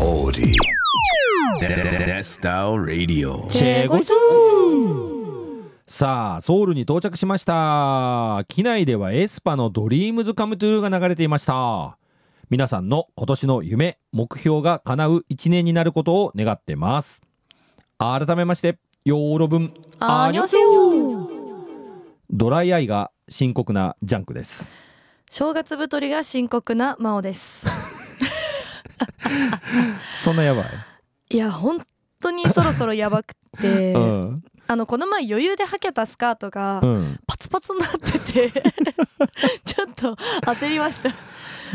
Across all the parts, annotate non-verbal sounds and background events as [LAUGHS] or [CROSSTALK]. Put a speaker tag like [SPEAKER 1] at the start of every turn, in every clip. [SPEAKER 1] Audi. Death Style Radio.
[SPEAKER 2] チェゴイス
[SPEAKER 3] さあソウルに到着しました機内ではエスパの「ドリームズカムトゥーが流れていました皆さんの今年の夢目標が叶う一年になることを願ってます改めましてヨーロ分
[SPEAKER 2] アーニョセヨ
[SPEAKER 3] ドライアイが深刻なジャンクです
[SPEAKER 2] 正月太りが深刻な真央です。 [LAUGHS]
[SPEAKER 3] そんなやばい、
[SPEAKER 2] いや本当にそろそろやばくて、
[SPEAKER 3] うん
[SPEAKER 2] あのこの前余裕で履けたスカートが
[SPEAKER 3] うん
[SPEAKER 2] パツパツになってて [LAUGHS] ちょっと焦りました。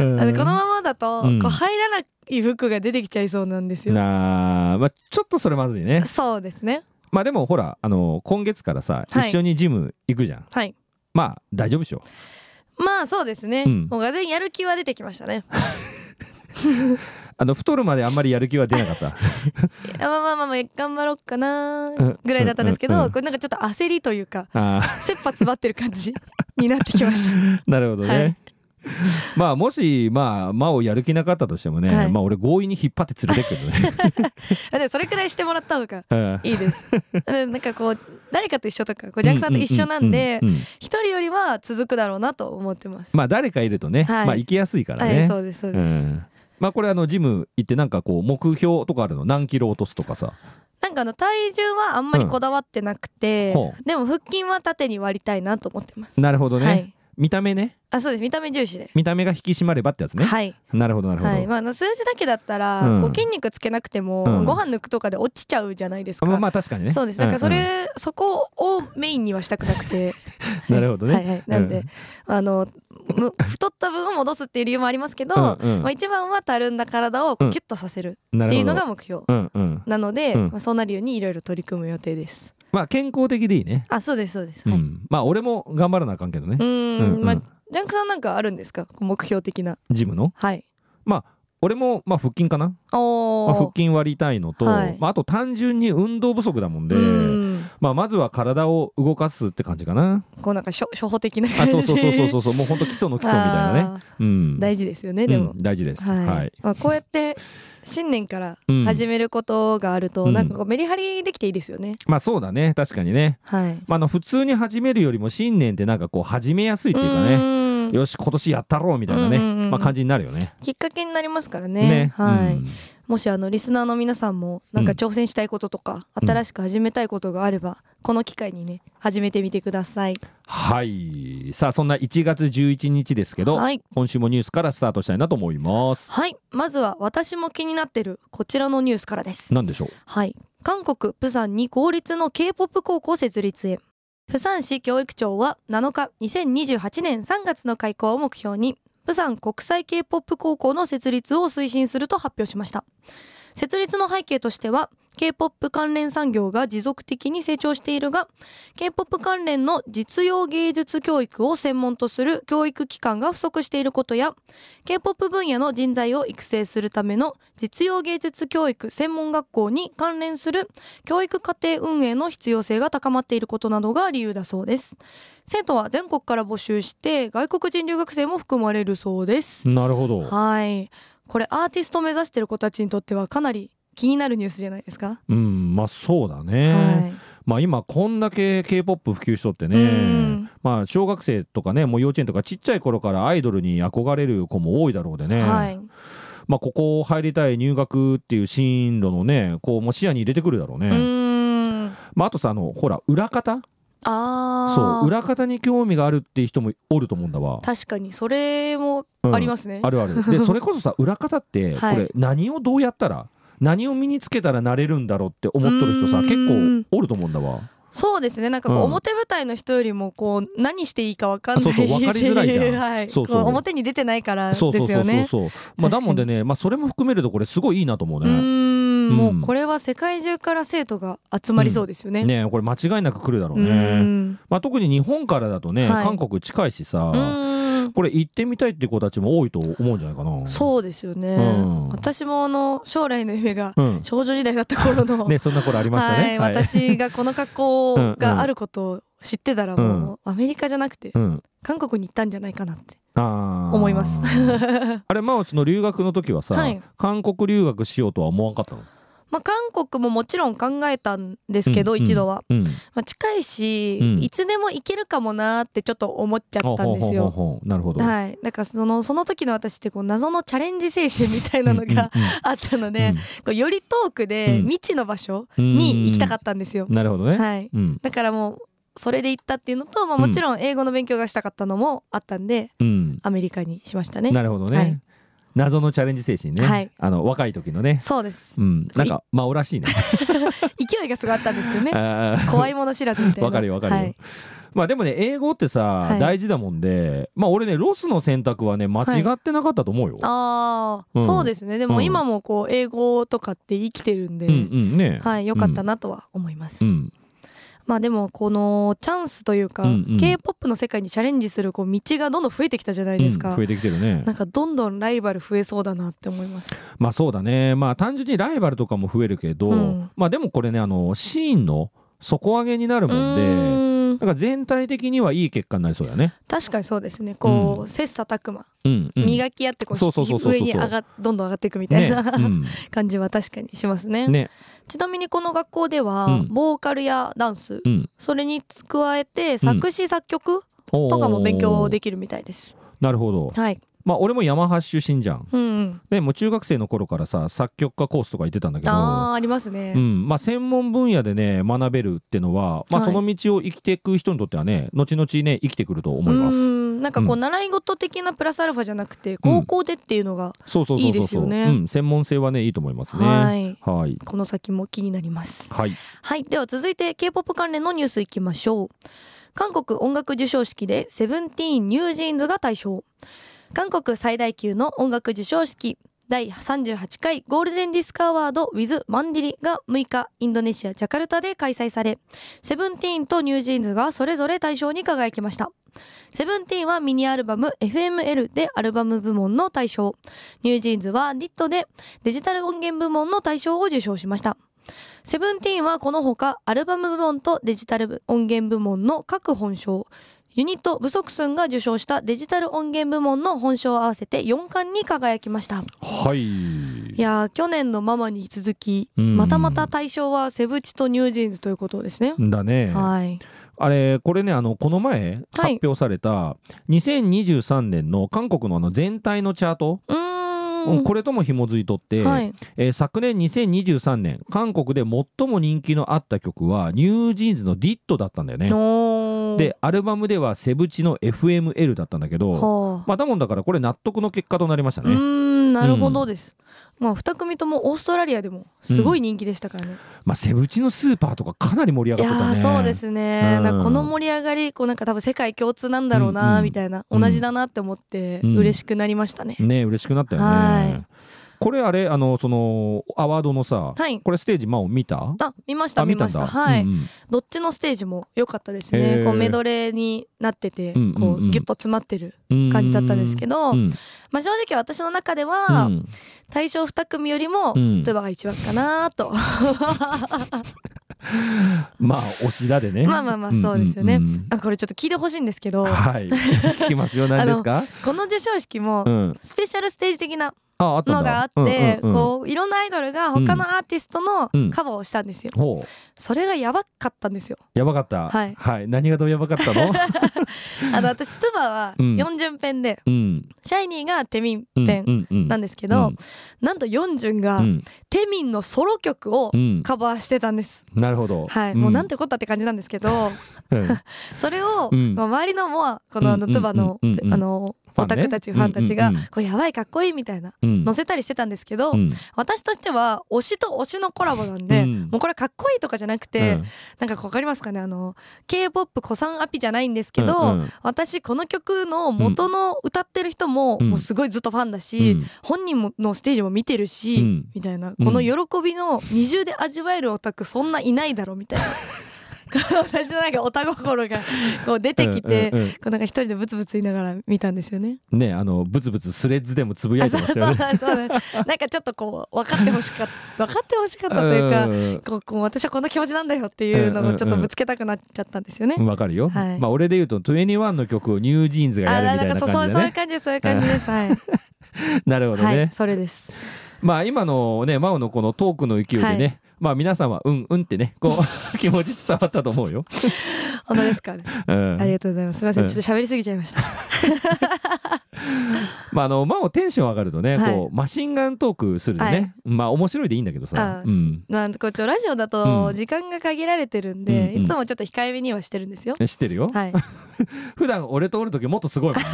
[SPEAKER 3] うん
[SPEAKER 2] あのこのままだと、
[SPEAKER 3] うん
[SPEAKER 2] こう入らない服が出てきちゃいそうなんですよ。
[SPEAKER 3] なあ、まあ、ちょっとそれまずいね
[SPEAKER 2] そうですね。
[SPEAKER 3] まあでもほらあの今月からさ、
[SPEAKER 2] はい
[SPEAKER 3] 一緒にジム行くじゃん
[SPEAKER 2] はい。
[SPEAKER 3] まあ大丈夫でしょ
[SPEAKER 2] まあそうですね。
[SPEAKER 3] うん
[SPEAKER 2] もうがぜやる気は出てきましたね。
[SPEAKER 3] あの太るまであんまりやる気は出な
[SPEAKER 2] [LAUGHS]
[SPEAKER 3] かった
[SPEAKER 2] いやまあまあまあまあ頑張ろうかな
[SPEAKER 3] うん
[SPEAKER 2] ぐらいだったんですけど、
[SPEAKER 3] うんうん
[SPEAKER 2] これなんかちょっと焦りというか
[SPEAKER 3] あ
[SPEAKER 2] 切羽詰まってる感じ [LAUGHS] になってきました。 [LAUGHS]
[SPEAKER 3] ー [LAUGHS] なるほどね、
[SPEAKER 2] はい
[SPEAKER 3] まあもしまあ真をやる気なかったとしてもね、
[SPEAKER 2] はい
[SPEAKER 3] まあ俺強引に引っ張って連れてくけどね
[SPEAKER 2] あでもそれくらいしてもらった方が [LAUGHS]
[SPEAKER 3] うん
[SPEAKER 2] いい
[SPEAKER 3] [LAUGHS]
[SPEAKER 2] です。でなんかこう誰かと一緒とかこうジャンクさんと一緒なんで
[SPEAKER 3] ううううん
[SPEAKER 2] 一人よりは続くだろうなと思ってます。
[SPEAKER 3] まあ誰かいるとね、
[SPEAKER 2] はい
[SPEAKER 3] まあ行きやすいから
[SPEAKER 2] は
[SPEAKER 3] ね、
[SPEAKER 2] いそうですそうです。
[SPEAKER 3] うんまあこれあのジム行ってなんかこう目標とかあるの何キロ落とすとかさ
[SPEAKER 2] なんかあの体重はあんまりこだわってなくて、
[SPEAKER 3] ほ
[SPEAKER 2] でも腹筋は縦に割りたいなと思ってます。
[SPEAKER 3] なるほどね、
[SPEAKER 2] はい。
[SPEAKER 3] 見た目ね
[SPEAKER 2] あそうです見た目重視で。
[SPEAKER 3] 見た目が引き締まればってやつね、
[SPEAKER 2] はい、
[SPEAKER 3] なるほどなるほど、
[SPEAKER 2] はいまああの、数字だけだったら、
[SPEAKER 3] うん
[SPEAKER 2] こう筋肉つけなくても、
[SPEAKER 3] うん
[SPEAKER 2] ご飯抜くとかで落ちちゃうじゃないです
[SPEAKER 3] あ
[SPEAKER 2] か、
[SPEAKER 3] まあまあ確かにね
[SPEAKER 2] そうですだからそれ、
[SPEAKER 3] ん
[SPEAKER 2] そこをメインにはしたくなくて
[SPEAKER 3] うんなるほどね、
[SPEAKER 2] はいはいなんで、
[SPEAKER 3] うん
[SPEAKER 2] あの
[SPEAKER 3] [LAUGHS]
[SPEAKER 2] む太った分を戻すっていう理由もありますけど、
[SPEAKER 3] うんうん
[SPEAKER 2] まあ、一番はたるんだ体をこ
[SPEAKER 3] うん
[SPEAKER 2] うキュッとさせる
[SPEAKER 3] な
[SPEAKER 2] っ
[SPEAKER 3] る
[SPEAKER 2] てい
[SPEAKER 3] ほ
[SPEAKER 2] うの
[SPEAKER 3] ど
[SPEAKER 2] が目標
[SPEAKER 3] うんうん
[SPEAKER 2] なので、
[SPEAKER 3] うん
[SPEAKER 2] まあ、そうなるようにいろいろ取り組む予定です
[SPEAKER 3] まあ健康的でいいね、
[SPEAKER 2] あそうですそうです、
[SPEAKER 3] う
[SPEAKER 2] はい
[SPEAKER 3] ん、まあ俺も頑張らなあかんけどね
[SPEAKER 2] う、ーん
[SPEAKER 3] うんうん
[SPEAKER 2] まあジャンクさんなんかあるんですかこう目標的な
[SPEAKER 3] ジムの
[SPEAKER 2] はい
[SPEAKER 3] 俺もまあ腹筋かな、
[SPEAKER 2] お
[SPEAKER 3] まあ、
[SPEAKER 2] ー
[SPEAKER 3] 腹筋割りたいのと、
[SPEAKER 2] はい
[SPEAKER 3] まあ、あと単純に運動不足だもんで、
[SPEAKER 2] うーん
[SPEAKER 3] まあ、まずは体を動かすって感じかな
[SPEAKER 2] こうなんか初初歩的な
[SPEAKER 3] あ
[SPEAKER 2] 感じ
[SPEAKER 3] そうそうそうそう
[SPEAKER 2] [LAUGHS]
[SPEAKER 3] そうそうもうほんと基礎の基礎みたいなね、
[SPEAKER 2] あー
[SPEAKER 3] うん、
[SPEAKER 2] 大事ですよねでも、
[SPEAKER 3] うん大事です
[SPEAKER 2] はい、
[SPEAKER 3] はい、
[SPEAKER 2] まあ、こうやって新年から
[SPEAKER 3] うん
[SPEAKER 2] 始めることがあると、
[SPEAKER 3] うん
[SPEAKER 2] なんかこうメリハリできていいですよね、
[SPEAKER 3] まあそうだね確かにね、
[SPEAKER 2] はい
[SPEAKER 3] まあ、あの普通に始めるよりも新年ってなんかこう始めやすいっていうかね
[SPEAKER 2] ね
[SPEAKER 3] よし今年やったろうみたいなね、
[SPEAKER 2] うんうんうん
[SPEAKER 3] まあ、感じになるよね。
[SPEAKER 2] きっかけになりますからね
[SPEAKER 3] ね
[SPEAKER 2] はい、
[SPEAKER 3] うん
[SPEAKER 2] もしあのリスナーの皆さんもなんか挑戦したいこととか、
[SPEAKER 3] うん
[SPEAKER 2] 新しく始めたいことがあればこの機会にね始めてみてください
[SPEAKER 3] はいさあそんな1月11日ですけど、
[SPEAKER 2] はい
[SPEAKER 3] 今週もニュースからスタートしたいなと思います。
[SPEAKER 2] はいまずは私も気になってるこちらのニュースからです
[SPEAKER 3] なんでしょう
[SPEAKER 2] はい韓国釜山に公立の K-POP 高校設立へ釜山市教育庁は7日2028年3月の開校を目標に釜山国際 K-POP 高校の設立を推進すると発表しました設立の背景としては K-POP 関連産業が持続的に成長しているが K-POP 関連の実用芸術教育を専門とする教育機関が不足していることや K-POP 分野の人材を育成するための実用芸術教育専門学校に関連する教育課程運営の必要性が高まっていることなどが理由だそうです生徒は全国から募集して外国人留学生も含まれるそうです
[SPEAKER 3] なるほど。
[SPEAKER 2] はいこれアーティストを目指している子たちにとってはかなり気になるニュースじゃないですか、
[SPEAKER 3] うん、まあそうだね。
[SPEAKER 2] はい
[SPEAKER 3] まあ今こんだけ K-POP 普及しとってね、
[SPEAKER 2] うん
[SPEAKER 3] まあ小学生とかね、もう幼稚園とかちっちゃい頃からアイドルに憧れる子も多いだろうでね、
[SPEAKER 2] はい、
[SPEAKER 3] まあここ入りたい入学っていう進路のね、こうも視野に入れてくるだろうね。
[SPEAKER 2] うーん
[SPEAKER 3] まああとさあのほら裏方、
[SPEAKER 2] あー
[SPEAKER 3] そう裏方に興味があるっていう人もおると思うんだわ。
[SPEAKER 2] 確かにそれも
[SPEAKER 3] うん
[SPEAKER 2] ありますね、
[SPEAKER 3] あるある。でそれこそさ裏方ってこ
[SPEAKER 2] [LAUGHS] はい
[SPEAKER 3] れ何をどうやったら何を身につけたらなれるんだろうって思っとる人
[SPEAKER 2] う
[SPEAKER 3] さ
[SPEAKER 2] ん
[SPEAKER 3] 結構おると思うんだわ。
[SPEAKER 2] そうですねなんかこう、
[SPEAKER 3] うん
[SPEAKER 2] 表舞台の人よりもこう何していいか分かんない
[SPEAKER 3] そうそう分かりづらいじゃ
[SPEAKER 2] っ
[SPEAKER 3] ん
[SPEAKER 2] てう [LAUGHS] はい、
[SPEAKER 3] そうそう
[SPEAKER 2] こ表に出てないからです
[SPEAKER 3] そ
[SPEAKER 2] よ
[SPEAKER 3] うそうそうそう
[SPEAKER 2] ね
[SPEAKER 3] そう、ま
[SPEAKER 2] 確か
[SPEAKER 3] あ、だ
[SPEAKER 2] に
[SPEAKER 3] もんでね、まあ、それも含めるとこれすごいいいなと思う
[SPEAKER 2] うー
[SPEAKER 3] ね。
[SPEAKER 2] んもうんうこれは世界中から生徒が集まりそうですよね、
[SPEAKER 3] ねこれ間違いなく来るだろ
[SPEAKER 2] う
[SPEAKER 3] うね。
[SPEAKER 2] ん
[SPEAKER 3] まあ、特に日本からだとね、
[SPEAKER 2] はい
[SPEAKER 3] 韓国近いし
[SPEAKER 2] う
[SPEAKER 3] さ、
[SPEAKER 2] ーん
[SPEAKER 3] これ行ってみたいって子たちも多いと思うんじゃないかな。
[SPEAKER 2] そうですよね、
[SPEAKER 3] うん
[SPEAKER 2] 私もあの将来の夢が
[SPEAKER 3] う。ん。
[SPEAKER 2] 少女時代だった頃の、
[SPEAKER 3] [LAUGHS] ね、そんな頃ありましたね。
[SPEAKER 2] はい、私がこの格
[SPEAKER 3] [LAUGHS]
[SPEAKER 2] 好があることを知ってたらもう、
[SPEAKER 3] うん
[SPEAKER 2] アメリカじゃなくて
[SPEAKER 3] うん。
[SPEAKER 2] 韓国に行ったんじゃないかなって
[SPEAKER 3] あ
[SPEAKER 2] 思
[SPEAKER 3] 思
[SPEAKER 2] います
[SPEAKER 3] [LAUGHS] あれまあその留学の時はさ、
[SPEAKER 2] はい
[SPEAKER 3] 韓国留学しようとは思わんかったの
[SPEAKER 2] まあ、韓国ももちろん考えたんですけど、
[SPEAKER 3] うん
[SPEAKER 2] 一度は、
[SPEAKER 3] うん
[SPEAKER 2] まあ、近いし、
[SPEAKER 3] うん
[SPEAKER 2] いつでも行けるかもなーってちょっと思っちゃ
[SPEAKER 3] あ
[SPEAKER 2] ったんですよ。
[SPEAKER 3] ほうほうほうほうなるほど
[SPEAKER 2] はい、なんかそのその時の私ってこう謎のチャレンジ精神みたいなのが、 [LAUGHS] あったので、こうより遠くで
[SPEAKER 3] うん
[SPEAKER 2] 未知の場所に
[SPEAKER 3] に
[SPEAKER 2] 行きたか
[SPEAKER 3] っ
[SPEAKER 2] ったんですよ。
[SPEAKER 3] なるほどね、
[SPEAKER 2] はい、
[SPEAKER 3] うん
[SPEAKER 2] だからもうそれで行ったっていうのと、まあ、
[SPEAKER 3] うん
[SPEAKER 2] もちろん英語の勉強がしたかったのもあったんで
[SPEAKER 3] うん
[SPEAKER 2] アメリカにしましたね。
[SPEAKER 3] なるほどね、
[SPEAKER 2] はい
[SPEAKER 3] 謎のチャレンジ精神ね、
[SPEAKER 2] はい
[SPEAKER 3] あの若い時のね
[SPEAKER 2] そうです
[SPEAKER 3] うん、なんかまあおらしいね
[SPEAKER 2] 勢いがすごいあったんですよ [LAUGHS] ね
[SPEAKER 3] あー
[SPEAKER 2] 怖いもの知らずみたいな。
[SPEAKER 3] わかるよわかるよ
[SPEAKER 2] はい
[SPEAKER 3] まあでもね英語ってさ、
[SPEAKER 2] い
[SPEAKER 3] 大事だもんでまあ俺ねロスの選択はね間違ってなかったと思うよ、
[SPEAKER 2] あー
[SPEAKER 3] うん
[SPEAKER 2] そうですねでも
[SPEAKER 3] うん
[SPEAKER 2] 今もこう英語とかって生きてるんで、
[SPEAKER 3] うんうんね
[SPEAKER 2] はい、良かったなとは思います。
[SPEAKER 3] うん
[SPEAKER 2] まあでもこのチャンスというか、
[SPEAKER 3] うんうん
[SPEAKER 2] K-POP の世界にチャレンジするこう道がどんどん増えてきたじゃな
[SPEAKER 3] う
[SPEAKER 2] い
[SPEAKER 3] ん、
[SPEAKER 2] ですか。
[SPEAKER 3] 増えてきてるね
[SPEAKER 2] なんかどんどんライバル増えそうだなって思います。
[SPEAKER 3] まあそうだねまあ単純にライバルとかも増えるけど、
[SPEAKER 2] うん
[SPEAKER 3] まあでもこれねあのシーンの底上げになるもんで、
[SPEAKER 2] うーん
[SPEAKER 3] だから全体的にはいい結果になりそうだね。
[SPEAKER 2] 確かにそうですね。こう、切磋琢磨、
[SPEAKER 3] うん、うん、
[SPEAKER 2] 磨き合ってこう
[SPEAKER 3] そうそうそうそうそう
[SPEAKER 2] 上に上がどんどん上がっていくみたいな、 [LAUGHS]
[SPEAKER 3] ね、うん、
[SPEAKER 2] 感じは確かにしますね。
[SPEAKER 3] ね、
[SPEAKER 2] ちなみにこの学校では、
[SPEAKER 3] うん
[SPEAKER 2] ボーカルやダンス、
[SPEAKER 3] うん、
[SPEAKER 2] それに加えて作詞作曲 [LAUGHS]
[SPEAKER 3] と
[SPEAKER 2] とかも勉強できるみたいです。
[SPEAKER 3] なるほど。
[SPEAKER 2] はい。
[SPEAKER 3] まあ俺もヤマハ出身じゃん。
[SPEAKER 2] うん、うん。
[SPEAKER 3] でもう中学生の頃からさ作曲家コースとか行ってたんだけ
[SPEAKER 2] あ
[SPEAKER 3] ど。
[SPEAKER 2] あありますね。
[SPEAKER 3] うんまあ、専門分野でね学べるってのは、まあ、
[SPEAKER 2] はい
[SPEAKER 3] その道を生きていく人にとってはね後々ね生きてくると思いま
[SPEAKER 2] うー
[SPEAKER 3] す
[SPEAKER 2] んなんかこう、
[SPEAKER 3] うん
[SPEAKER 2] 習い事的なプラスアルファじゃなくて
[SPEAKER 3] うん
[SPEAKER 2] 高校でっていうのが、
[SPEAKER 3] そうそうそうそう
[SPEAKER 2] いいですよね
[SPEAKER 3] うん、専門性はねいいと思いますね
[SPEAKER 2] はい
[SPEAKER 3] はい
[SPEAKER 2] この先も気になります
[SPEAKER 3] はい
[SPEAKER 2] はいでは続いて K-POP 関連のニュースいきましょう韓国音楽授賞式でセブンティーンニュージーンズが大賞韓国最大級の音楽授賞式第38回ゴールデンディスクアワード with マンディリが6日インドネシアジャカルタで開催されセブンティーンとニュージーンズがそれぞれ大賞に輝きましたセブンティーンはミニアルバム FML でアルバム部門の大賞ニュージーンズは DIT でデジタル音源部門の大賞を受賞しましたセブンティーンはこのほかアルバム部門とデジタル音源部門の各本賞ユニットブソクスンが受賞したデジタル音源部門の本賞合わせて4冠に輝きました
[SPEAKER 3] はい
[SPEAKER 2] いやー去年のママに続き
[SPEAKER 3] うん
[SPEAKER 2] またまた大賞はセブチとニュージーンズということですね、
[SPEAKER 3] だね
[SPEAKER 2] はい
[SPEAKER 3] あれこれねあのこの前
[SPEAKER 2] はい
[SPEAKER 3] 発表された2023年の韓国のあの全体のチャート、
[SPEAKER 2] うーん
[SPEAKER 3] これとも紐づいとって、
[SPEAKER 2] はい
[SPEAKER 3] えー昨年2023年韓国で最も人気のあった曲はニュージーンズの「ディットだったんだよね。
[SPEAKER 2] おー
[SPEAKER 3] でアルバムではセブチの「FML」だったんだけど
[SPEAKER 2] はあ
[SPEAKER 3] まあだもんだからこれ納得の結果となりました
[SPEAKER 2] うー
[SPEAKER 3] ね。
[SPEAKER 2] んなるほどです、まあ2組ともオーストラリアでもすごい人気でしたからね、
[SPEAKER 3] まあセブチのスーパーとかかなり盛
[SPEAKER 2] い
[SPEAKER 3] り上
[SPEAKER 2] や
[SPEAKER 3] がってた
[SPEAKER 2] ー
[SPEAKER 3] ね。
[SPEAKER 2] そうですね、
[SPEAKER 3] うん
[SPEAKER 2] なんかこの盛り上がりこうなんか多分世界共通なんだろう
[SPEAKER 3] うんう
[SPEAKER 2] なんみたいな、
[SPEAKER 3] うん
[SPEAKER 2] 同じだなって思って
[SPEAKER 3] うん
[SPEAKER 2] 嬉しくなりましたね、
[SPEAKER 3] ね嬉しくなったよ
[SPEAKER 2] は
[SPEAKER 3] ね。これあれあのそのアワードのさ、
[SPEAKER 2] はい
[SPEAKER 3] これステージまあ見た
[SPEAKER 2] あ見ました
[SPEAKER 3] あ
[SPEAKER 2] 見
[SPEAKER 3] た
[SPEAKER 2] ま
[SPEAKER 3] ん
[SPEAKER 2] した
[SPEAKER 3] だ
[SPEAKER 2] はい、
[SPEAKER 3] うんうん
[SPEAKER 2] どっちのステージも良かったです
[SPEAKER 3] へー
[SPEAKER 2] ねこうメドレーになってて
[SPEAKER 3] うんうんうん
[SPEAKER 2] こうギュッと詰まってる
[SPEAKER 3] 感
[SPEAKER 2] 感じだったんですけど、
[SPEAKER 3] ど、うん
[SPEAKER 2] まあ、正直私の中で
[SPEAKER 3] う
[SPEAKER 2] は
[SPEAKER 3] ん
[SPEAKER 2] 対象2組よりも
[SPEAKER 3] うん
[SPEAKER 2] トゥバが一番かなと、
[SPEAKER 3] まあ推しだでね
[SPEAKER 2] まあまあまあそうですよね、
[SPEAKER 3] んうんうん
[SPEAKER 2] あこれちょっと聞いてほしいんです
[SPEAKER 3] [LAUGHS]
[SPEAKER 2] けど
[SPEAKER 3] はい聞きますよ何ですか
[SPEAKER 2] この授賞式も
[SPEAKER 3] うん
[SPEAKER 2] スペシャルステージ的な
[SPEAKER 3] ああったんだ
[SPEAKER 2] のがあって、
[SPEAKER 3] うんうんうん
[SPEAKER 2] こういろんなアイドルが他のアーティストの
[SPEAKER 3] うん
[SPEAKER 2] カバーをしたんですよ、
[SPEAKER 3] ほ
[SPEAKER 2] それがやばかったんですよ
[SPEAKER 3] うやばかった
[SPEAKER 2] はい
[SPEAKER 3] 何がどうやばかった
[SPEAKER 2] [LAUGHS]
[SPEAKER 3] の
[SPEAKER 2] あの私トゥバは
[SPEAKER 3] うん
[SPEAKER 2] 4巡編で、
[SPEAKER 3] うん
[SPEAKER 2] シャイニーがテミン
[SPEAKER 3] うん
[SPEAKER 2] 編
[SPEAKER 3] うんうん
[SPEAKER 2] なんですけど、
[SPEAKER 3] うん
[SPEAKER 2] なんと4巡が
[SPEAKER 3] うん
[SPEAKER 2] テミンのソロ曲を
[SPEAKER 3] うん
[SPEAKER 2] カバーしてたんです、
[SPEAKER 3] なるほど
[SPEAKER 2] はい、もうなん
[SPEAKER 3] て
[SPEAKER 2] てこったって感じなんですけ
[SPEAKER 3] [LAUGHS]
[SPEAKER 2] どそれを、
[SPEAKER 3] うん
[SPEAKER 2] まあ周りのもうこのあの
[SPEAKER 3] うん
[SPEAKER 2] トゥバの、
[SPEAKER 3] うんうん
[SPEAKER 2] あの
[SPEAKER 3] ファ
[SPEAKER 2] オ
[SPEAKER 3] ンね
[SPEAKER 2] タクたちファンたちが、
[SPEAKER 3] うんうんうん
[SPEAKER 2] こうやばいかっこいいみたいな載せたりしてたんですけど、私としては推しと推しのコラボなんで、
[SPEAKER 3] うん
[SPEAKER 2] もうこれかっこいいとかじゃなくて、なんかこうわかりますかねあの k p o p 古参アピじゃないんですけど、私この曲の元の歌ってる人も,、
[SPEAKER 3] うん
[SPEAKER 2] もうすごいずっとファンだし、本人ものステージも見てるし、
[SPEAKER 3] うん
[SPEAKER 2] みたいな
[SPEAKER 3] うん
[SPEAKER 2] この喜びの二重で味わえるオタクそんないないだろみたいな。私のなんかオタ心がこう出てきて、
[SPEAKER 3] うんうんうん
[SPEAKER 2] こうなんか一人でブツブツ言いながら見たんですよね。
[SPEAKER 3] ねあのブツブツスレッズでもつぶや
[SPEAKER 2] あ
[SPEAKER 3] いて
[SPEAKER 2] そう
[SPEAKER 3] ま
[SPEAKER 2] そ
[SPEAKER 3] し
[SPEAKER 2] う
[SPEAKER 3] た
[SPEAKER 2] そ
[SPEAKER 3] よ
[SPEAKER 2] う
[SPEAKER 3] ね。
[SPEAKER 2] そうなんかちょっとこう分かってほしかった分かってほしかったというか、
[SPEAKER 3] うん
[SPEAKER 2] こうこう私はこんな気持ちなんだよっていうのをちょっとぶつけたくなっちゃったんですよね。
[SPEAKER 3] わかるよ、
[SPEAKER 2] はい
[SPEAKER 3] まあ俺で言うと21の曲をニュージーンズが
[SPEAKER 2] あ
[SPEAKER 3] や
[SPEAKER 2] ー
[SPEAKER 3] る
[SPEAKER 2] な
[SPEAKER 3] みた
[SPEAKER 2] ん
[SPEAKER 3] い
[SPEAKER 2] か
[SPEAKER 3] な
[SPEAKER 2] そうそう
[SPEAKER 3] 感じで
[SPEAKER 2] そういう
[SPEAKER 3] ね
[SPEAKER 2] 感じですそういう感じです
[SPEAKER 3] [LAUGHS]
[SPEAKER 2] はい、
[SPEAKER 3] なるほどね、
[SPEAKER 2] はい、それです
[SPEAKER 3] まあ今のね真央のこのトークの勢いでね、
[SPEAKER 2] はい
[SPEAKER 3] まあ皆さんはうんうんってねこ
[SPEAKER 2] [LAUGHS]
[SPEAKER 3] う気持ち伝わったと思うよ、
[SPEAKER 2] 本当ですかね
[SPEAKER 3] うん
[SPEAKER 2] ありがとうございますすみませ
[SPEAKER 3] うんん
[SPEAKER 2] ちょっと喋りすぎちゃいま
[SPEAKER 3] [LAUGHS]
[SPEAKER 2] した
[SPEAKER 3] まああの真央テンション上がるとね、
[SPEAKER 2] はい
[SPEAKER 3] こうマシンガントークするでね、
[SPEAKER 2] はい
[SPEAKER 3] まあ面白いでいいんだけどさ
[SPEAKER 2] あ、
[SPEAKER 3] うん、
[SPEAKER 2] まあこっちラジオだ
[SPEAKER 3] う
[SPEAKER 2] と
[SPEAKER 3] ん
[SPEAKER 2] 時間が限られてるんで、
[SPEAKER 3] うんうん
[SPEAKER 2] いつもちょっと控えめにはしてるんですよ、
[SPEAKER 3] 知ってるよ、
[SPEAKER 2] はい
[SPEAKER 3] 普段俺とおる時もっとすご
[SPEAKER 2] [LAUGHS]
[SPEAKER 3] いもんね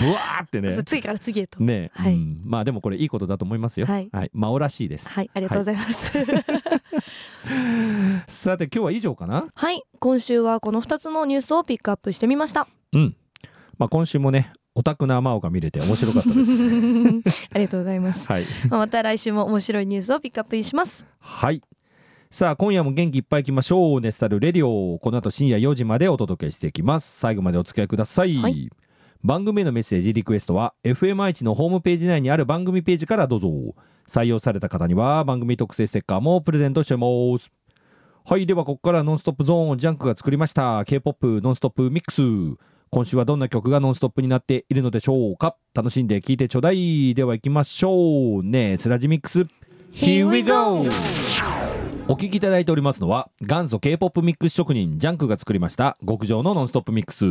[SPEAKER 3] ブワーってね
[SPEAKER 2] そう次から次へと、
[SPEAKER 3] ね、
[SPEAKER 2] はい
[SPEAKER 3] うんまあでもこれいいことだと思いますよ
[SPEAKER 2] はい
[SPEAKER 3] 真央らしいです
[SPEAKER 2] はいありがとうございます、はい、
[SPEAKER 3] さて今日は以上かな
[SPEAKER 2] 今週 [LAUGHS] はこの2つのニュースをピックアップしてみ
[SPEAKER 3] [LAUGHS]
[SPEAKER 2] ました [LAUGHS]
[SPEAKER 3] うんまあ今週もねオタクな真央が見れて面白かっ
[SPEAKER 2] [LAUGHS]
[SPEAKER 3] た
[SPEAKER 2] あ
[SPEAKER 3] です
[SPEAKER 2] りがとうございます、
[SPEAKER 3] はい
[SPEAKER 2] まあまた来週も面白いニュースをピックアップします
[SPEAKER 3] はいさあ今夜も元気いっぱいいきましょうネスタルレディオこの後深夜4時までお届けしていきます最後までお付き合いください、
[SPEAKER 2] はい
[SPEAKER 3] 番組へのメッセージリクエストは FMI のホームページ内にある番組ページからどうぞ採用された方には番組特製ステッカーもプレゼントしてますはいではここからノンストップゾーンジャンクが作りました K-POP ノンストップミックス今週はどんな曲がノンストップになっているのでしょうか楽しんで聴いてちょうだいでは行きましょうねスラジミックス
[SPEAKER 2] Here we go
[SPEAKER 3] お聞きいただいておりますのは元祖 K-POP ミックス職人ジャンクが作りました極上のノンストップミックス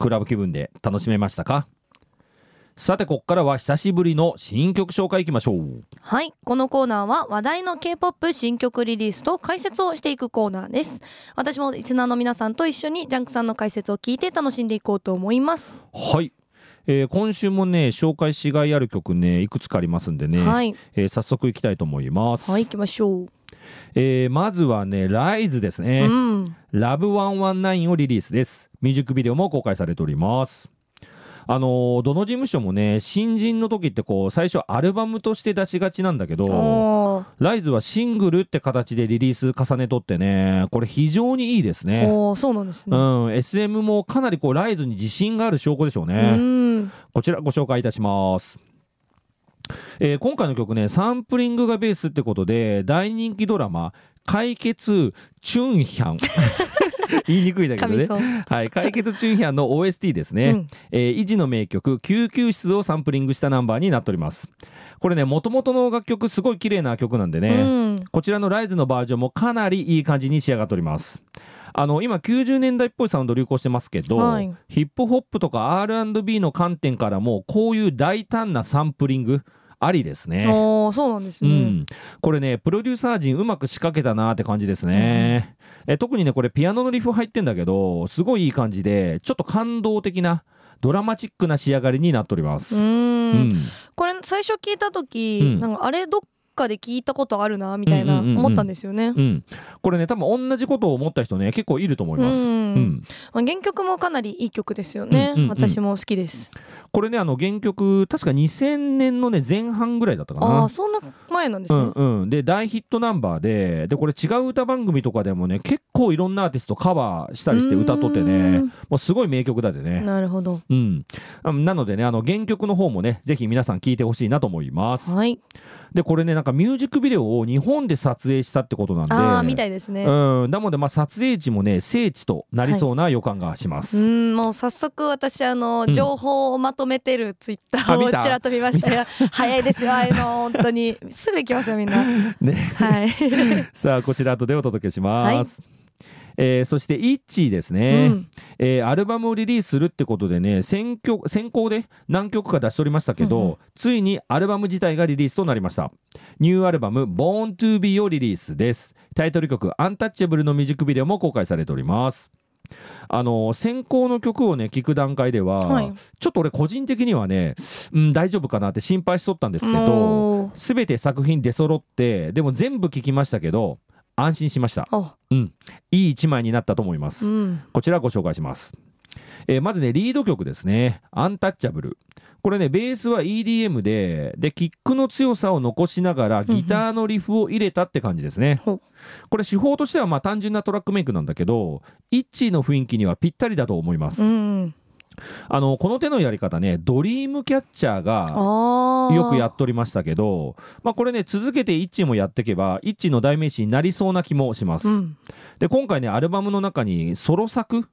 [SPEAKER 3] クラブ気分で楽しめましたかさてここからは久しぶりの新曲紹介いきましょう
[SPEAKER 2] はいこのコーナーは話題の K-POP 新曲リリースと解説をしていくコーナーです私もリスナーの皆さんと一緒にジャンクさんの解説を聞いて楽しんでいこうと思います、
[SPEAKER 3] はい、えー今週もね紹介しがいある曲ねいくつかありますんでね、
[SPEAKER 2] はい
[SPEAKER 3] えー早速いきたいと思います、
[SPEAKER 2] はい行きましょう、
[SPEAKER 3] えーまずはねライズですね、
[SPEAKER 2] うん
[SPEAKER 3] ラブ119をリリースです。ミュージックビデオも公開されております。あのーどの事務所もね新人の時ってこう最初アルバムとして出しがちなんだけど
[SPEAKER 2] おー
[SPEAKER 3] ライズはシングルって形でリリース重ねとってねこれ非常にいいですね、
[SPEAKER 2] おーそうなんです
[SPEAKER 3] う
[SPEAKER 2] ね、
[SPEAKER 3] ん、SM もかなりこうライズに自信がある証拠でしょうね、
[SPEAKER 2] うん
[SPEAKER 3] こちらご紹介いたします。えー今回の曲ね、サンプリングがベースってことで、大人気ドラマ、解決チュン
[SPEAKER 2] [LAUGHS]
[SPEAKER 3] ヒャン。言いにくいだけど
[SPEAKER 2] 神
[SPEAKER 3] ね
[SPEAKER 2] そ。う、
[SPEAKER 3] はい、解決チュンヒャンの OST ですね、
[SPEAKER 2] うん
[SPEAKER 3] えー維持の名曲「救急室」をサンプリングしたナンバーになっておりますこれねもともとの楽曲すごい綺麗な曲なんでね、
[SPEAKER 2] うん
[SPEAKER 3] こちらのライズのバージョンもかなりいい感じに仕上がっております。あの今90年代っぽいサウンド流行してますけど、
[SPEAKER 2] はい
[SPEAKER 3] ヒップホップとか R&B の観点からもこういう大胆なサンプリングありですね。
[SPEAKER 2] おーそうなんです
[SPEAKER 3] う
[SPEAKER 2] ね、
[SPEAKER 3] ん、これねプロデューサー陣うまく仕掛けたなって感じですね、え特にねこれピアノのリフ入ってんだけどすごいいい感じでちょっと感動的なドラマチックな仕上がりになっております、
[SPEAKER 2] う
[SPEAKER 3] うんん
[SPEAKER 2] これ最初聞いた時、
[SPEAKER 3] うん
[SPEAKER 2] なんかあれどっかで聞いたことあるなみたいな
[SPEAKER 3] うんうんうんうん
[SPEAKER 2] 思ったんですよね、
[SPEAKER 3] うん、これね多分同じことを思った人ね結構いると思います、
[SPEAKER 2] うん
[SPEAKER 3] うん、
[SPEAKER 2] まあ原曲もかなりいい曲ですよね、
[SPEAKER 3] うんうんうん
[SPEAKER 2] 私も好きです
[SPEAKER 3] これねあの原曲確か2000年のね前半ぐらいだったか
[SPEAKER 2] ああー
[SPEAKER 3] な。
[SPEAKER 2] そんな前なんで
[SPEAKER 3] う
[SPEAKER 2] すね、
[SPEAKER 3] んうん、で大ヒットナンバーででこれ違う歌番組とかでもね結構いろんなアーティストカバーしたりして歌っとってねもうすごい名曲だで
[SPEAKER 2] うーん
[SPEAKER 3] ね、
[SPEAKER 2] なるほど
[SPEAKER 3] うん、あなのでねあの原曲の方もねぜひ皆さん聴いてほしいなと思います
[SPEAKER 2] はい
[SPEAKER 3] でこれねなんかミュージックビデオを日本で撮影したってことなんで
[SPEAKER 2] ああみたいですねう
[SPEAKER 3] うん、なのでまあ撮影地もね聖地となりそうな予感がします、
[SPEAKER 2] ーんもう早速私あの
[SPEAKER 3] うん
[SPEAKER 2] 情報をまとめてるツイッタ
[SPEAKER 3] あ
[SPEAKER 2] ー
[SPEAKER 3] 見
[SPEAKER 2] を
[SPEAKER 3] た
[SPEAKER 2] ちらっと見ましたよ早いですよああいうの本当にすぐ行きますよみんな
[SPEAKER 3] ね
[SPEAKER 2] はい
[SPEAKER 3] さあこちら後でお届けします、えーそしてイッチーですね、
[SPEAKER 2] うん
[SPEAKER 3] えーアルバムをリリースするってことでね先曲先行で何曲か出しておりましたけど、
[SPEAKER 2] うんう
[SPEAKER 3] ついにアルバム自体がリリースとなりましたニューアルバム「Born to Be」をリリースですタイトル曲「アンタッチャブル」のミュージックビデオも公開されておりますあの先行の曲をね聞く段階では、
[SPEAKER 2] はい
[SPEAKER 3] ちょっと俺個人的にはね、うん、大丈夫かなって心配しとったんですけど
[SPEAKER 2] おー
[SPEAKER 3] すべて作品出揃ってでも全部聞きましたけど安心しました
[SPEAKER 2] あ
[SPEAKER 3] いい一枚になったと思いま
[SPEAKER 2] う
[SPEAKER 3] す
[SPEAKER 2] ん
[SPEAKER 3] こちらご紹介します、えーまずねリード曲ですね「アンタッチャブル」これねベースは EDM ででキックの強さを残しながら
[SPEAKER 2] んうん
[SPEAKER 3] ギターのリフを入れたって感じですね、
[SPEAKER 2] ほう
[SPEAKER 3] これ手法としてはまあ単純なトラックメイクなんだけどイッチーの雰囲気にはぴったりだと思います、
[SPEAKER 2] うん。
[SPEAKER 3] あのこの手のやり方ねドリームキャッチャーが
[SPEAKER 2] ああ。
[SPEAKER 3] よくやっとりましたけど、まあ、これね続けてイッチーもやっていけばイッチーの代名詞になりそうな気もします、
[SPEAKER 2] うん。
[SPEAKER 3] で今回ねアルバムの中にソロ作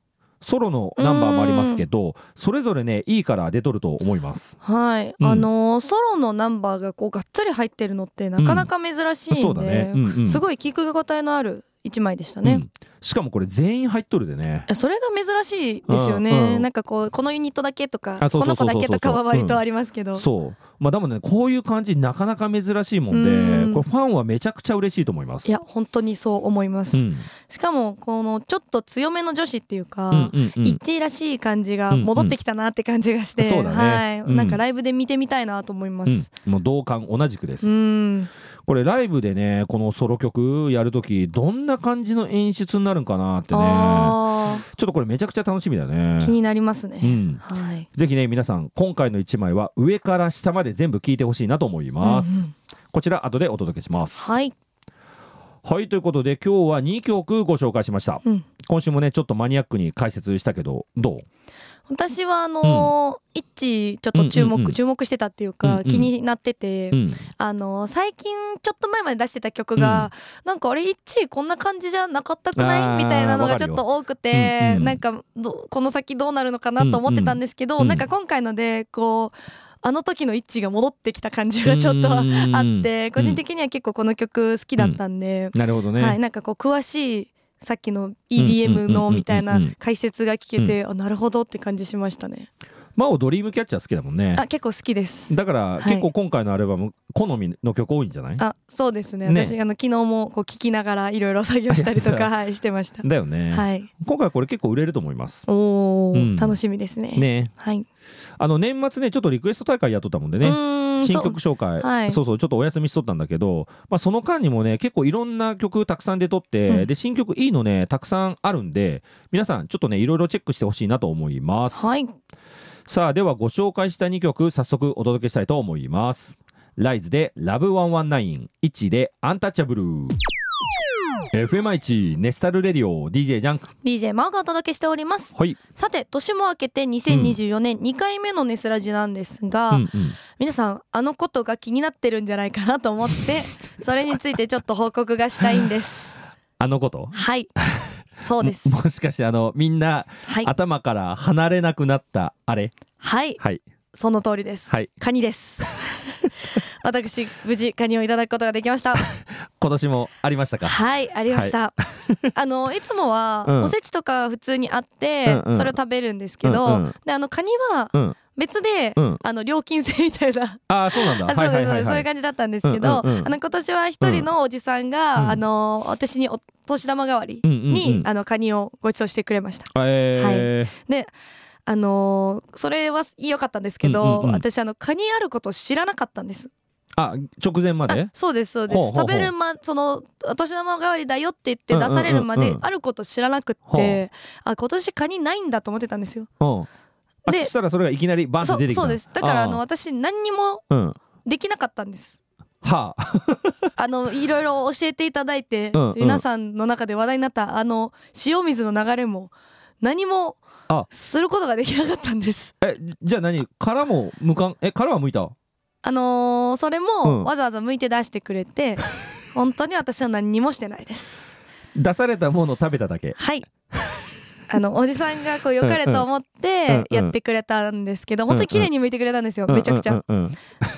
[SPEAKER 3] ソロのナンバーもありますけどそれぞれねいいカラー出とると思います
[SPEAKER 2] はい、
[SPEAKER 3] うん
[SPEAKER 2] あのーソロのナンバーがこうがっつり入ってるのってなかなか珍しいんで、
[SPEAKER 3] そうだね、うんうん、
[SPEAKER 2] すごい聴く応えのある一枚でしたね、い
[SPEAKER 3] うんしかもこれ全員入っとるでね
[SPEAKER 2] やそれが珍しいですよね、
[SPEAKER 3] うんうん
[SPEAKER 2] なんかこうこのユニットだけとか
[SPEAKER 3] あそう
[SPEAKER 2] こ
[SPEAKER 3] そう
[SPEAKER 2] の子
[SPEAKER 3] そうそう
[SPEAKER 2] だけとかは割とありますけど、
[SPEAKER 3] そうまあでもねこういう感じなかなか珍しいもんで
[SPEAKER 2] うん
[SPEAKER 3] これファンはめちゃくちゃ嬉しいと思います
[SPEAKER 2] いや本当にそう思います、
[SPEAKER 3] うん
[SPEAKER 2] しかもこのちょっと強めの女子っていうか、
[SPEAKER 3] うんうんうん
[SPEAKER 2] イッチーらしい感じが戻ってきたなって感じがして、
[SPEAKER 3] うんうんそうだね
[SPEAKER 2] はい、
[SPEAKER 3] うん
[SPEAKER 2] なんかライブで見てみたいなと思いま
[SPEAKER 3] うん
[SPEAKER 2] す。
[SPEAKER 3] もう同感同じくです、
[SPEAKER 2] うん、
[SPEAKER 3] これライブでねこのソロ曲やるときどんな感じの演出になるんかなってね
[SPEAKER 2] あ
[SPEAKER 3] ちょっとこれめちゃくちゃ楽しみだね
[SPEAKER 2] あ気になりますね。
[SPEAKER 3] うん
[SPEAKER 2] はい。
[SPEAKER 3] ぜひね皆さん今回の1枚は上から下まで全部聞いてほしいなと思います、
[SPEAKER 2] うんうん
[SPEAKER 3] こちら後でお届けします
[SPEAKER 2] はい。
[SPEAKER 3] はいということで今日は2曲ご紹介しました
[SPEAKER 2] うん
[SPEAKER 3] 今週もねちょっとマニアックに解説したけどどう
[SPEAKER 2] 私はあのーイッチちょっと注目、
[SPEAKER 3] うんうんうん
[SPEAKER 2] 注目してたっていう
[SPEAKER 3] うん
[SPEAKER 2] か、
[SPEAKER 3] うん
[SPEAKER 2] 気になってて、
[SPEAKER 3] うん
[SPEAKER 2] あのー最近ちょっと前まで出してた曲が、なんかあれイッチこんな感じじゃなかったく
[SPEAKER 3] あー
[SPEAKER 2] ないみたいなの
[SPEAKER 3] わ
[SPEAKER 2] が
[SPEAKER 3] か
[SPEAKER 2] ち
[SPEAKER 3] る
[SPEAKER 2] ょ
[SPEAKER 3] よ
[SPEAKER 2] っと多くて、
[SPEAKER 3] うんうん
[SPEAKER 2] なんかどこの先どうなるのかなと思ってたんですけど、
[SPEAKER 3] うんうん
[SPEAKER 2] なんか今回のでこうあの時のイッチが戻ってきた感じがちょっとあって個人
[SPEAKER 3] に
[SPEAKER 2] 的には結構この曲好きだったんで、
[SPEAKER 3] なるほどね、
[SPEAKER 2] はい、なんかこう詳しいさっきの
[SPEAKER 3] うんうんうん
[SPEAKER 2] EDM
[SPEAKER 3] うんうんう
[SPEAKER 2] の
[SPEAKER 3] ん
[SPEAKER 2] みたいな解説が聞けて、あなるほどって感じしましたね。
[SPEAKER 3] マオドリームキャッチャー好きだもんね
[SPEAKER 2] あ結構好きです。
[SPEAKER 3] だから
[SPEAKER 2] い
[SPEAKER 3] 結構今回のアルバム好みの曲多いんじゃない
[SPEAKER 2] あそうですね
[SPEAKER 3] ね
[SPEAKER 2] 私あの昨日もこう聞きながらいろいろ作業したりと
[SPEAKER 3] あ [LAUGHS]
[SPEAKER 2] か、はい、してました。
[SPEAKER 3] だよね、
[SPEAKER 2] はい、
[SPEAKER 3] 今回これ結構売れると思います
[SPEAKER 2] おお、
[SPEAKER 3] うん
[SPEAKER 2] 楽しみですね。
[SPEAKER 3] ね
[SPEAKER 2] はい、
[SPEAKER 3] あの年末ねちょっとリクエスト大会やっとったもんで
[SPEAKER 2] う
[SPEAKER 3] ね
[SPEAKER 2] ーん
[SPEAKER 3] 新
[SPEAKER 2] そう
[SPEAKER 3] 曲紹介、
[SPEAKER 2] はい
[SPEAKER 3] そうそうちょっとお休みしとったんだけど、まあ、その間にもね結構いろんな曲たくさん出とって、
[SPEAKER 2] うん
[SPEAKER 3] で新曲いいのねたくさんあるんで皆さんちょっとねいろいろチェックしてほしいなと思います、
[SPEAKER 2] はい
[SPEAKER 3] さあではご紹介した2曲早速お届けしたいと思いますライズで「ラブ1 1 9 1で「アンタッチャブル」FM1 ネスタルレディオ DJ ジャンク
[SPEAKER 2] DJ マーがお届けしております
[SPEAKER 3] はい、
[SPEAKER 2] さて年も明けて2024年2回目のネスラジなんですが、
[SPEAKER 3] うんうん、
[SPEAKER 2] 皆さんあのことが気になってるんじゃないかなと思って
[SPEAKER 3] [LAUGHS]
[SPEAKER 2] それについてちょっと報告がしたいんです
[SPEAKER 3] あのこと [LAUGHS]
[SPEAKER 2] はいそうです
[SPEAKER 3] もも [LAUGHS] しかしてあのみんな
[SPEAKER 2] はい
[SPEAKER 3] 頭から離れなくなったあれ
[SPEAKER 2] はい
[SPEAKER 3] はい
[SPEAKER 2] その通りです、
[SPEAKER 3] はい
[SPEAKER 2] カニです
[SPEAKER 3] [LAUGHS]
[SPEAKER 2] 私無事カニをいただくことができました
[SPEAKER 3] 今年もありましたか
[SPEAKER 2] はいありました、あのいつもは
[SPEAKER 3] うん
[SPEAKER 2] おせちとか普通にあって、
[SPEAKER 3] うんうん
[SPEAKER 2] それを食べるんですけど、
[SPEAKER 3] うんうん
[SPEAKER 2] であのカニは
[SPEAKER 3] うん
[SPEAKER 2] 別で、
[SPEAKER 3] うん
[SPEAKER 2] あの料金制みたいな
[SPEAKER 3] ああそうなんだ
[SPEAKER 2] あそうですそうですそういう
[SPEAKER 3] 感
[SPEAKER 2] 感じだったんですけど、
[SPEAKER 3] うんうんうん
[SPEAKER 2] あの今年は一人のおじさんが、
[SPEAKER 3] うん
[SPEAKER 2] あの私にお年玉代わりに、
[SPEAKER 3] に
[SPEAKER 2] あのカニをご馳走してくれました。
[SPEAKER 3] え
[SPEAKER 2] あのーそれは良かったんですけど、
[SPEAKER 3] うんうんうん
[SPEAKER 2] 私あのカニあることを知らなかったんです。
[SPEAKER 3] ーあ直前まで
[SPEAKER 2] あそうですそうです。
[SPEAKER 3] ほうほうほう
[SPEAKER 2] 食べるまそのお年玉代わりだよって言って出されるま
[SPEAKER 3] うんうん
[SPEAKER 2] で
[SPEAKER 3] うんうん
[SPEAKER 2] あることを知らなくって、
[SPEAKER 3] ほう
[SPEAKER 2] あ今年カニないんだと思ってたんですよ。
[SPEAKER 3] うんあ
[SPEAKER 2] で
[SPEAKER 3] したらそれがいきなりバン
[SPEAKER 2] そ
[SPEAKER 3] って出
[SPEAKER 2] う
[SPEAKER 3] てきた
[SPEAKER 2] そうです。だからあ
[SPEAKER 3] ー
[SPEAKER 2] の私何にも
[SPEAKER 3] うん
[SPEAKER 2] できなかったんです。
[SPEAKER 3] はあ
[SPEAKER 2] あ
[SPEAKER 3] [LAUGHS]
[SPEAKER 2] のいろいろ教えていただいて、
[SPEAKER 3] うんうん
[SPEAKER 2] 皆さんの中で話題になったあの塩水の流れも何も
[SPEAKER 3] あ
[SPEAKER 2] することができなかったんです。
[SPEAKER 3] えじゃあ何殻も無関え殻は向いた
[SPEAKER 2] あのーそれ
[SPEAKER 3] うん
[SPEAKER 2] もわざわざ剥いて出してくれ
[SPEAKER 3] [LAUGHS]
[SPEAKER 2] て、本当に私は何にもしてないです。
[SPEAKER 3] 出されたものを食べただけ
[SPEAKER 2] はい。あのおじさんがこう良かれと思っ
[SPEAKER 3] うんうん
[SPEAKER 2] てやってくれたんですけど、本当に綺麗に剥いてくれたんですよ。めちゃくち
[SPEAKER 3] う
[SPEAKER 2] ゃ
[SPEAKER 3] ん。うんうん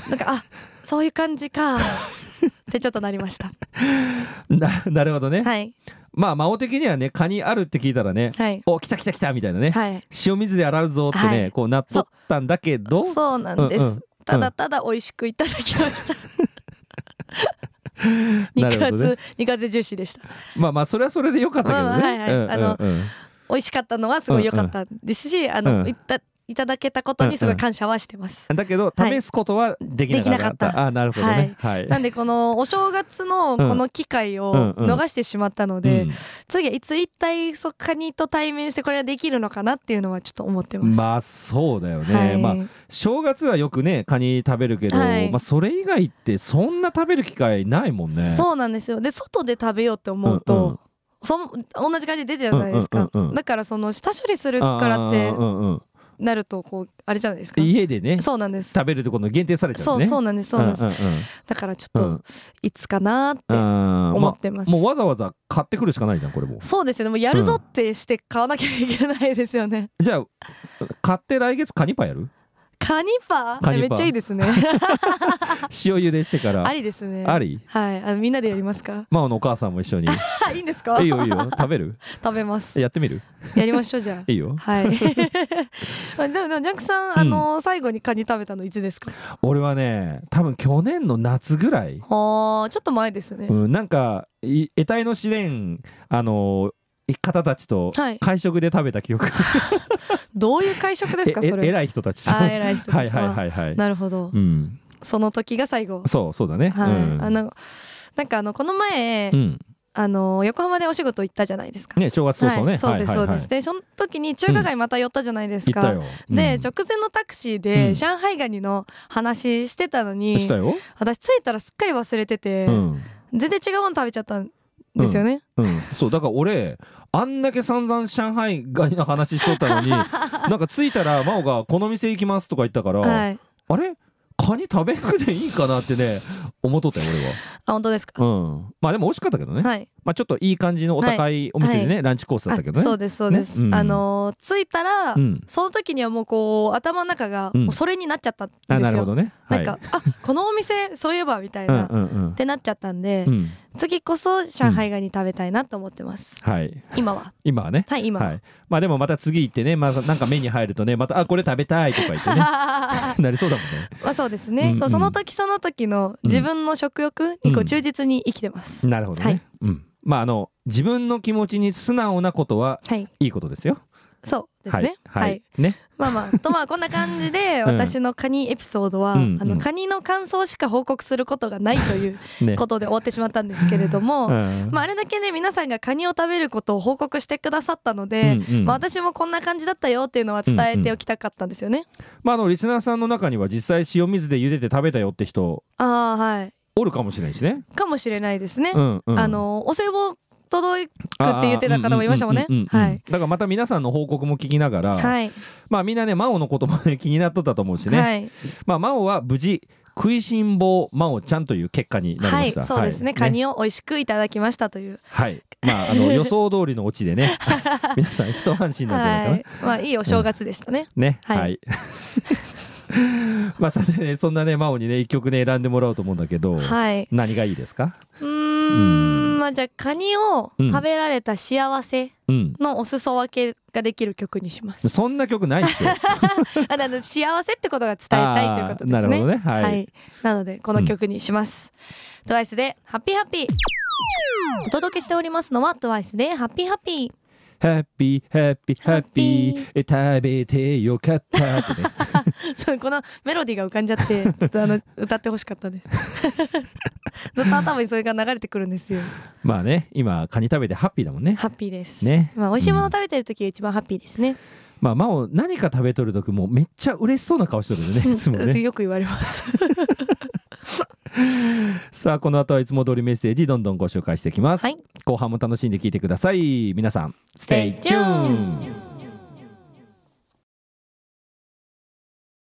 [SPEAKER 2] なんかあそういう感じかってちょっとなりました。
[SPEAKER 3] うんな [LAUGHS] なるほどね
[SPEAKER 2] はい
[SPEAKER 3] まあ魔王的にはねカニあるって聞いたらね
[SPEAKER 2] はい
[SPEAKER 3] お来た来た来たみたいなね
[SPEAKER 2] はい。
[SPEAKER 3] 塩水で洗うぞって
[SPEAKER 2] は
[SPEAKER 3] ね
[SPEAKER 2] い
[SPEAKER 3] こうなっとったんだけど
[SPEAKER 2] そうなんです。
[SPEAKER 3] うんうん
[SPEAKER 2] ただただ美味しくいただきま
[SPEAKER 3] [LAUGHS]
[SPEAKER 2] した。
[SPEAKER 3] な
[SPEAKER 2] 肉
[SPEAKER 3] るほどね
[SPEAKER 2] 厚、肉厚ジューシーでした。
[SPEAKER 3] まあまあそれはそれでよかったけどね
[SPEAKER 2] まあまあはいはい
[SPEAKER 3] うんうんうん
[SPEAKER 2] 美味しかったのはすごい良かったですし、あ
[SPEAKER 3] う
[SPEAKER 2] の、
[SPEAKER 3] ん
[SPEAKER 2] いったいただけたことにすごい感謝はしてます。
[SPEAKER 3] だけど試すことはでき
[SPEAKER 2] で
[SPEAKER 3] なかった,、
[SPEAKER 2] きなかった
[SPEAKER 3] あなるほどねはい、
[SPEAKER 2] なんでこのお正月のこの機会を
[SPEAKER 3] うんうん
[SPEAKER 2] 逃してしまったので、次はいつ一体そカニと対面してこれはできるのかなっていうのはちょっと思って
[SPEAKER 3] う
[SPEAKER 2] ま
[SPEAKER 3] ん
[SPEAKER 2] す。
[SPEAKER 3] まあそうだよね、
[SPEAKER 2] はい
[SPEAKER 3] まあ正月はよくねカニ食べるけど、
[SPEAKER 2] はい
[SPEAKER 3] まあ、それ以外ってそんな食べる機会ないもんね
[SPEAKER 2] そうなんですよで外で食べようって思うと、
[SPEAKER 3] うんうん
[SPEAKER 2] そん同じ感じで出てるじゃないですか、
[SPEAKER 3] うんうんうんうん
[SPEAKER 2] だからその下処理するからって
[SPEAKER 3] あーうんうん
[SPEAKER 2] なるとこうあれじゃないですか
[SPEAKER 3] 家でね
[SPEAKER 2] そうなんです
[SPEAKER 3] 食べるところの限定されちゃ
[SPEAKER 2] そうう,、
[SPEAKER 3] んですね
[SPEAKER 2] そうなんですそうなんです、
[SPEAKER 3] んうんうん
[SPEAKER 2] だからちょっ
[SPEAKER 3] う
[SPEAKER 2] と、
[SPEAKER 3] ん
[SPEAKER 2] いつかなーって
[SPEAKER 3] うん
[SPEAKER 2] 思
[SPEAKER 3] ま
[SPEAKER 2] ってます、
[SPEAKER 3] あ、もうわざわざ買ってくるしかないじゃんこれも
[SPEAKER 2] そうですよねもうやるぞってして買わなきゃいけないですよね、
[SPEAKER 3] じゃあ買って来月カニパンやる
[SPEAKER 2] カニパ
[SPEAKER 3] カニパ
[SPEAKER 2] めっちゃいい
[SPEAKER 3] [LAUGHS]
[SPEAKER 2] ですね
[SPEAKER 3] 塩茹でしてから
[SPEAKER 2] ありですね
[SPEAKER 3] あり
[SPEAKER 2] はいあのみんなでやります
[SPEAKER 3] [LAUGHS]
[SPEAKER 2] か
[SPEAKER 3] マオのお母さんも一緒に
[SPEAKER 2] あ [LAUGHS] いいんですか
[SPEAKER 3] いいよいいよ食べる
[SPEAKER 2] 食べます
[SPEAKER 3] やってみる
[SPEAKER 2] やりましょうじゃあ
[SPEAKER 3] いいよ
[SPEAKER 2] はい [LAUGHS] まあでもでもジャンクさんあの最後にカニ食べたのいつですか
[SPEAKER 3] 俺はね多分去年の夏ぐらい、
[SPEAKER 2] あーちょっと前ですね、
[SPEAKER 3] うん、なんかい得体の試練あのー方たちと
[SPEAKER 2] はい
[SPEAKER 3] 会食で食べた
[SPEAKER 2] [LAUGHS]
[SPEAKER 3] 記憶、
[SPEAKER 2] どういう会食ですか
[SPEAKER 3] え
[SPEAKER 2] そ
[SPEAKER 3] え
[SPEAKER 2] れ
[SPEAKER 3] 偉い人たちと
[SPEAKER 2] あー偉い人たち
[SPEAKER 3] はいはいはいはい
[SPEAKER 2] なるほど、
[SPEAKER 3] うん
[SPEAKER 2] その時が最後
[SPEAKER 3] そうそうだね
[SPEAKER 2] はい、
[SPEAKER 3] うん
[SPEAKER 2] あのなんかあのこの前、
[SPEAKER 3] うん
[SPEAKER 2] あの横浜でお仕事行ったじゃないですか、
[SPEAKER 3] ね正月早々ね、
[SPEAKER 2] はい、そうです、
[SPEAKER 3] はいはいはい
[SPEAKER 2] そうですでその時に中華街また寄ったじゃないです
[SPEAKER 3] 行っ
[SPEAKER 2] か、
[SPEAKER 3] たよ、うん
[SPEAKER 2] で直前のタクシー
[SPEAKER 3] う
[SPEAKER 2] で
[SPEAKER 3] ん
[SPEAKER 2] 上海ガニの話してたのに、
[SPEAKER 3] したよ、
[SPEAKER 2] 私着いたらすっかり忘れてて、
[SPEAKER 3] うん
[SPEAKER 2] 全然違うもの食べちゃったんですよね、
[SPEAKER 3] うん、そうだから俺あんだけ散々上海ガニの話しとった
[SPEAKER 2] [LAUGHS]
[SPEAKER 3] のになんか着いたら真央が「この店行きます」とか言ったから、
[SPEAKER 2] はい
[SPEAKER 3] あれカニ食べんくていいかなってね思っとったよ
[SPEAKER 2] あ本当ですか、
[SPEAKER 3] 俺は、うん、まあでも美味しかったけどね、
[SPEAKER 2] はい
[SPEAKER 3] まあ、ちょっといい感じのお高いお店でね、
[SPEAKER 2] は
[SPEAKER 3] ランチコースだったけど
[SPEAKER 2] あ
[SPEAKER 3] ね
[SPEAKER 2] そうですそうです、
[SPEAKER 3] ねうん
[SPEAKER 2] あの着いたら、
[SPEAKER 3] うん
[SPEAKER 2] その時にはもうこう頭の中が
[SPEAKER 3] うん
[SPEAKER 2] もうそれになっちゃったんですよ、
[SPEAKER 3] あなるほどね
[SPEAKER 2] なんか、あこのお店そういえばみたい
[SPEAKER 3] はい、
[SPEAKER 2] な、
[SPEAKER 3] うんうんうん
[SPEAKER 2] ってなっちゃったんで、
[SPEAKER 3] うん
[SPEAKER 2] 次こそ上海ガニ食べたいなと思ってます、
[SPEAKER 3] はい
[SPEAKER 2] 今は
[SPEAKER 3] 今はね
[SPEAKER 2] はい今は、
[SPEAKER 3] はい、まあでもまた次行ってね、まあ、なんか目に入るとねまた「あこれ食べたい」とか言って
[SPEAKER 2] [LAUGHS]
[SPEAKER 3] ねなりそうだもんね
[SPEAKER 2] まあそうですね、
[SPEAKER 3] うんうん
[SPEAKER 2] その時その時の自分の食欲にこう忠実に生きてます、
[SPEAKER 3] なるほどね、
[SPEAKER 2] はい
[SPEAKER 3] うん、まああの自分の気持ちに素直なことは
[SPEAKER 2] はい
[SPEAKER 3] いいことですよ。
[SPEAKER 2] そうですね
[SPEAKER 3] はい、
[SPEAKER 2] はい、
[SPEAKER 3] はいね、
[SPEAKER 2] まあまあとまあこんな感じで
[SPEAKER 3] うん
[SPEAKER 2] 私のカニエピソードは、
[SPEAKER 3] うん
[SPEAKER 2] あ
[SPEAKER 3] う
[SPEAKER 2] の
[SPEAKER 3] ん
[SPEAKER 2] カニの感想しか報告することがないという
[SPEAKER 3] ね、
[SPEAKER 2] ことで終わってしまったんですけれども、
[SPEAKER 3] [LAUGHS] うん
[SPEAKER 2] まああれだけね皆さんがカニを食べることを報告してくださったので、
[SPEAKER 3] うんうん
[SPEAKER 2] まあ、私もこんな感じだったよっていうのは伝えておきたかったんですよね。
[SPEAKER 3] まああのリスナーさんの中には実際塩水で茹でて食べたよって人
[SPEAKER 2] ああはい
[SPEAKER 3] おるかもしれないしね。
[SPEAKER 2] かもしれないですね。
[SPEAKER 3] うんうん、
[SPEAKER 2] あのお歳暮届く
[SPEAKER 3] あ
[SPEAKER 2] って言ってた方もいましたもんね
[SPEAKER 3] うううう
[SPEAKER 2] はい
[SPEAKER 3] だからまた皆さんの報告も聞きながら、
[SPEAKER 2] はい
[SPEAKER 3] まあみんなね真央のこともね気になっとったと思うしね。
[SPEAKER 2] はい
[SPEAKER 3] まあ真央は無事食いしん坊真央ちゃんという結果になりま
[SPEAKER 2] はい
[SPEAKER 3] した。
[SPEAKER 2] そうですね、カニを美味しくいただきましたという
[SPEAKER 3] はい。まああの予想通りのオチでね皆さん一安心なんじゃないかな。
[SPEAKER 2] はいまあいいお正月でしたね、
[SPEAKER 3] ね、は。
[SPEAKER 2] はいい
[SPEAKER 3] [LAUGHS] まあさてね、そんなね、真央にね、一曲ね、選んでもらおうと思うんだけど、
[SPEAKER 2] はい
[SPEAKER 3] 何がいいですか
[SPEAKER 2] うーんまあじゃあカニを
[SPEAKER 3] うん
[SPEAKER 2] 食べられた幸せ
[SPEAKER 3] うん。
[SPEAKER 2] のお裾分けができる曲にし
[SPEAKER 3] [LAUGHS]
[SPEAKER 2] ます、
[SPEAKER 3] そんな曲ないっすよ。
[SPEAKER 2] あなので幸せってことが伝えたいということですね
[SPEAKER 3] あーなるほどねはい
[SPEAKER 2] なのでこの曲にします、トワイスでハッピーハッピーお届けしておりますのはトワイスでハッピーハッピー
[SPEAKER 3] ハッピー、ハッピー、ハッピー、え食べてよかったってね。
[SPEAKER 2] そうこのメロディーが浮かんじゃ
[SPEAKER 3] [LAUGHS]
[SPEAKER 2] ってちょっとあの歌ってほしかったですずっと頭にそれが流れてくるんですよ
[SPEAKER 3] まあね、今、カニ食べてハッピーだもんね。
[SPEAKER 2] ハッピーです
[SPEAKER 3] ね
[SPEAKER 2] まあ美味しいもの食べてる時が一番ハッピーですね,、
[SPEAKER 3] まあ、真央、何か食べとるときもうめっちゃ嬉しそうな顔してるよね、いつ
[SPEAKER 2] [LAUGHS]
[SPEAKER 3] もね。
[SPEAKER 2] よく言われます
[SPEAKER 3] さあ、この後はいつも通りメッセージ、どんどんご紹介していきます。
[SPEAKER 2] はい
[SPEAKER 3] 後半も楽しんで聞いてください。皆さん、
[SPEAKER 2] Stay
[SPEAKER 3] Stay
[SPEAKER 2] tuned
[SPEAKER 3] tuned!